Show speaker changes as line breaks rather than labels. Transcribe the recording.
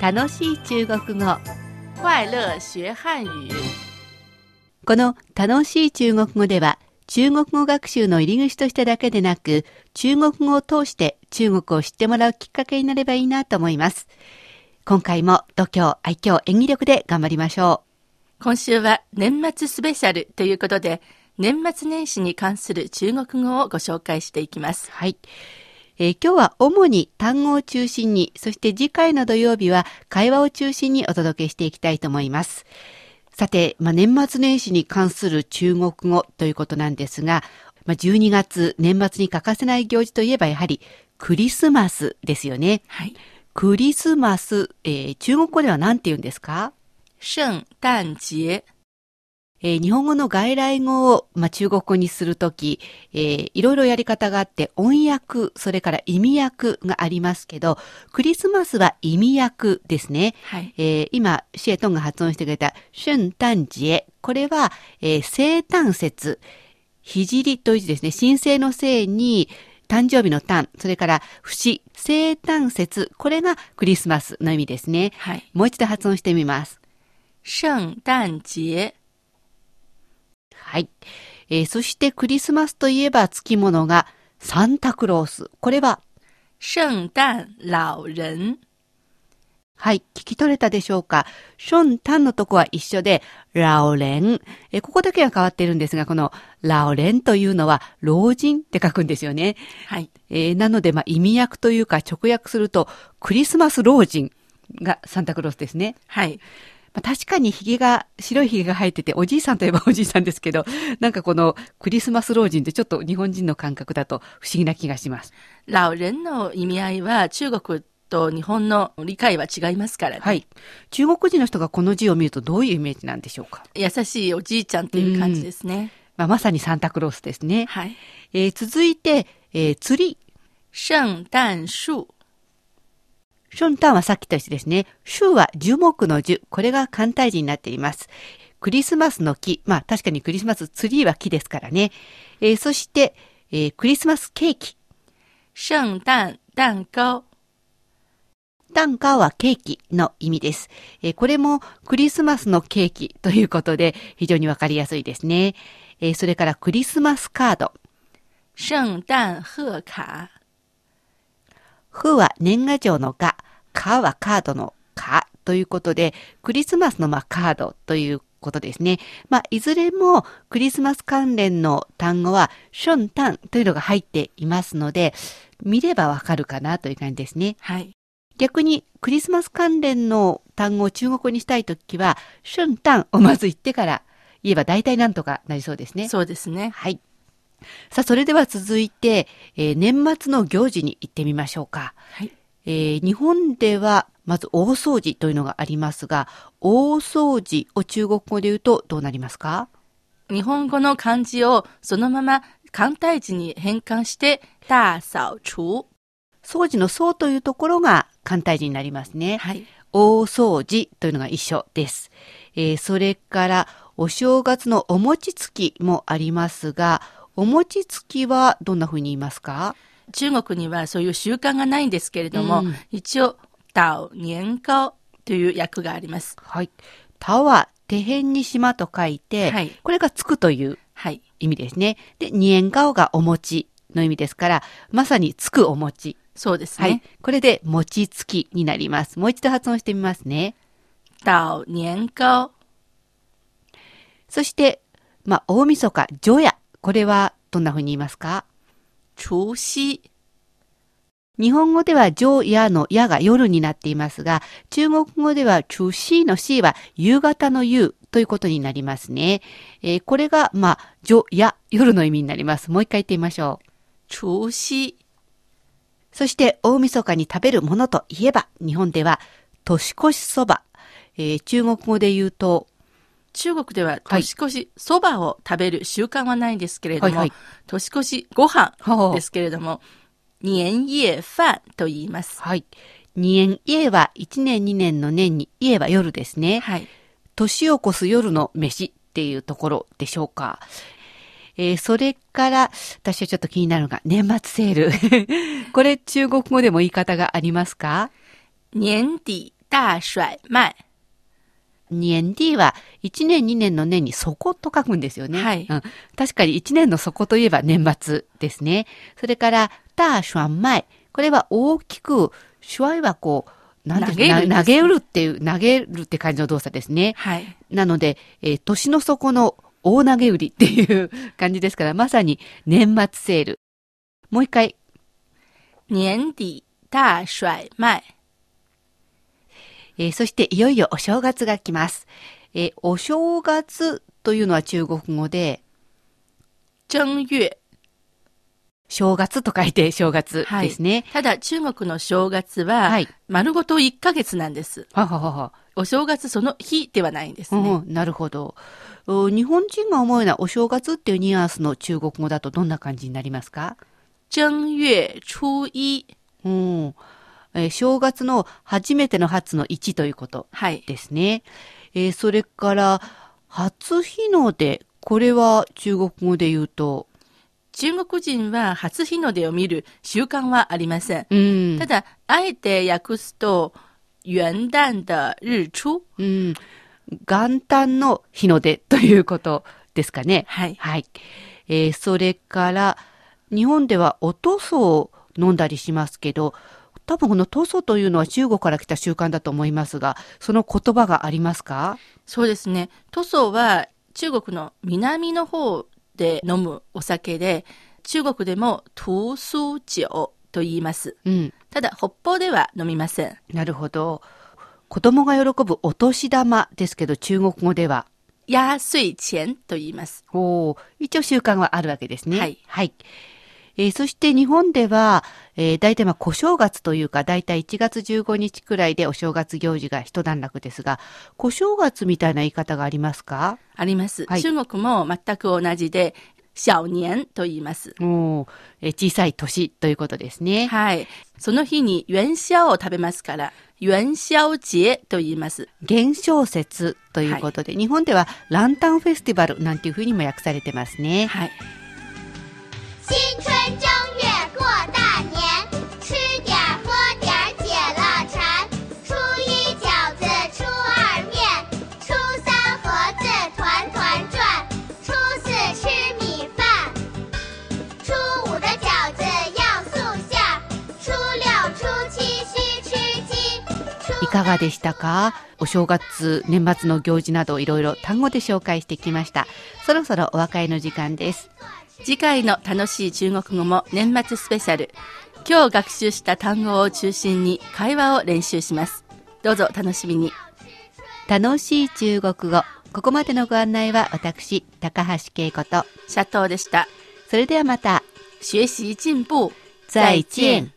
楽しい中国語
快乐学汉语。
この楽しい中国語では中国語学習の入り口としてだけでなく中国語を通して中国を知ってもらうきっかけになればいいなと思います今回も度胸愛嬌演技力で頑張りましょ
今週は年末スペシャルということで、年末年始に関する中国語をご紹介していきま
う
す。
はい、えー今日は主に単語を中心にそして次回の土曜日は会話を中心にお届けしていきたいと思いますさて、まあ、年末年始に関する中国語ということなんですが、まあ、12月年末に欠かせない行事といえばやはりクリスマスですよね
はい。
クリスマス、えー中国語では何て言うんですか、
圣诞节、
えー日本語の外来語を、まあ、中国語にするとき、えーいろいろやり方があって、音訳、それから意味訳がありますけど、クリスマスは意味訳ですね。
はい。
えー今、シエトンが発音してくれた、春誕節。これは、えー生誕節。ひじりという字ですね。神聖の聖に、誕生日の誕、それから節、生誕節。これがクリスマスの意味ですね。
はい。
もう一度発音してみます。
圣诞节、
はい。えーそしてクリスマスといえば付き物がサンタクロース。これは、
圣诞老人、
はい、聞き取れたでしょうか。ションタンのとこは一緒で、ラオレン。えーここだけは変わってるんですが、このラオレンというのは老人って書くんですよね。
はい。
えーなので、まあ、意味訳というか直訳すると、クリスマス老人がサンタクロースですね。
はい。
まあ、確かにひげが、白いひげが生えてて、おじいさんといえばおじいさんですけど、なんかこのクリスマス老人ってちょっと日本人の感覚だと不思議な気がします。
老人の意味合いは中国と日本の理解は違いますからね。
はい。中国人の人がこの字を見るとどういうイメージなんでしょうか。
優しいおじいちゃんっていう感じですね。
まあ、まさにサンタクロースですね。
はい。
えー続いて、えー釣り。
圣诞树、
ションタンはさっきと一緒ですね。州は樹木の樹。これが簡体字になっています。クリスマスの木。まあ確かにクリスマスツリーは木ですからね。えーそして、えークリスマスケーキ。
圣诞蛋糕、
単価はケーキの意味です。えーこれもクリスマスのケーキということで非常にわかりやすいですね。えーそれからクリスマスカード。
圣诞贺卡、
ふは年賀状のが、かはカードのかということで、クリスマスのまあカードということですね。まあ、いずれもクリスマス関連の単語は、ションタンというのが入っていますので、見ればわかるかなという感じですね。
はい。
逆にクリスマス関連の単語を中国語にしたいときは、春誕をまず言ってから言えば大体なんとかなりそうですね。
そうですね。
はい。さあ、それでは続いて、えー年末の行事に行ってみましょうか。
はい。
えー日本では、まず大掃除というのがありますが、大掃除を中国語で言うとどうなりますか
日本語の漢字をそのまま簡体字に変換して、大掃除。
掃除の掃というところが簡体字になりますね。
はい。
大掃除というのが一緒です。えーそれから、お正月のお餅つきもありますが、お餅つきはどんな風に言いますか
中国にはそういう習慣がないんですけれども、
うん
一応、倒年糕という訳があります。
はい。田は、手辺に島と書いて、
はい
これがつくという
はい。
意味ですね。で、二円顔がお餅の意味ですから、まさにつくお餅。
そうです
はい
ね。。
これで、餅つきになります。もう一度発音してみますね。
倒年糕、
そして、まあ、大晦日、除夜。これは、どんな風に言いますか
除夕、
日本語では上夜の夜が夜になっていますが、中国語では中ーのーは夕方の夕ということになりますね。えーこれが、まあ、上夜、夜の意味になります。もう一回言ってみましょう。
除夕、
そして、大晦日に食べるものといえば、日本では年越しそば。えー中国語で言うと、
中国では
はい
年越しそばを食べる習慣はないんですけれども、
はいはい
年越しご飯
ほう
ですけれども、年夜飯と言います。
はい。二円、家は一年二年の年に、家は夜ですね。
はい。
年を越す夜の飯っていうところでしょうか。えーそれから、私はちょっと気になるのが、年末 セール。これ、中国語でも言い方がありますか
年底大甩卖。
年 D は1年2年の年に底と書くんですよね。
はい
うん、確かに1年の底といえば年末ですね。それから、大小前。これは大きく、シュワイはこう、なんていう
投
か
げるんです
な投げるっていう、投げるって感じの動作ですね。
はい。
なので、えー年の底の大投げ売りっていう感じですから、まさに年末セール。もう一回、
年底大甩卖。
えーそしていよいよお正月が来ます。えーお正月というのは中国語で、
正月。
正月と書いて正月ですね。
ただ中国の正月は、
はい
丸ごと1ヶ月なんです。
はははは。
お正月その日ではないんですね。
うん、なるほど。お日本人が思うようなお正月っていうニュアンスの中国語だとどんな感じになりますか
正月初一。
うん。えー正月の初めての初の1ということ
はい。
ですね。えーそれから、初日の出。これは中国語で言うと、
中国人は初日の出を見る習慣はありません。
うん
た。だ、あえて訳すと、元旦的日出。
うん。元旦の日の出 ということですかね。
はい。
はい。えーそれから、日本ではお塗装を飲んだりしますけど、多分この塗装というのは中国から来た習慣だと思いますが、その言葉がありますか
そうですね。塗装は中国の南の方で飲むお酒で、中国でも塗装酒と言います。
うん。
ただ、北方では飲みません。
なるほど。子供が喜ぶお年玉ですけど、中国語では。
安い钱と言います。
おー一応習慣はあるわけですね。
はい
えーそして日本では、えー、大体まあ、小正月というか、大体1月15日くらいでお正月行事が一段落ですが、小正月みたいな言い方がありますか
あります。
はい
中国も全く同じで、小年と言います。
おーえー小さい年ということですね。
はい。その日に元宵を食べますから、元宵節と言います。
元宵節ということで、日本ではランタンフェスティバルなんていうふうにも訳されてますね。
はい。
新春正月过大年，吃点儿喝点儿解了馋。初一饺子，初二面，初三盒子团团转，初四吃米饭，初五的饺子要素馅儿，初六、初七须吃鸡。初
いかがでしたかお正月、年末の行事などいろいろ単語で紹介してきました。そろそろお別れの時間です。
次回の楽しい中国語も年末スペシャル。今日学習した単語を中心に会話を練習します。どうぞお楽しみに。
楽しい中国語。ここまでのご案内は私、高橋恵子と。
シャトーでした。
それではまた、
学習進步。
再见。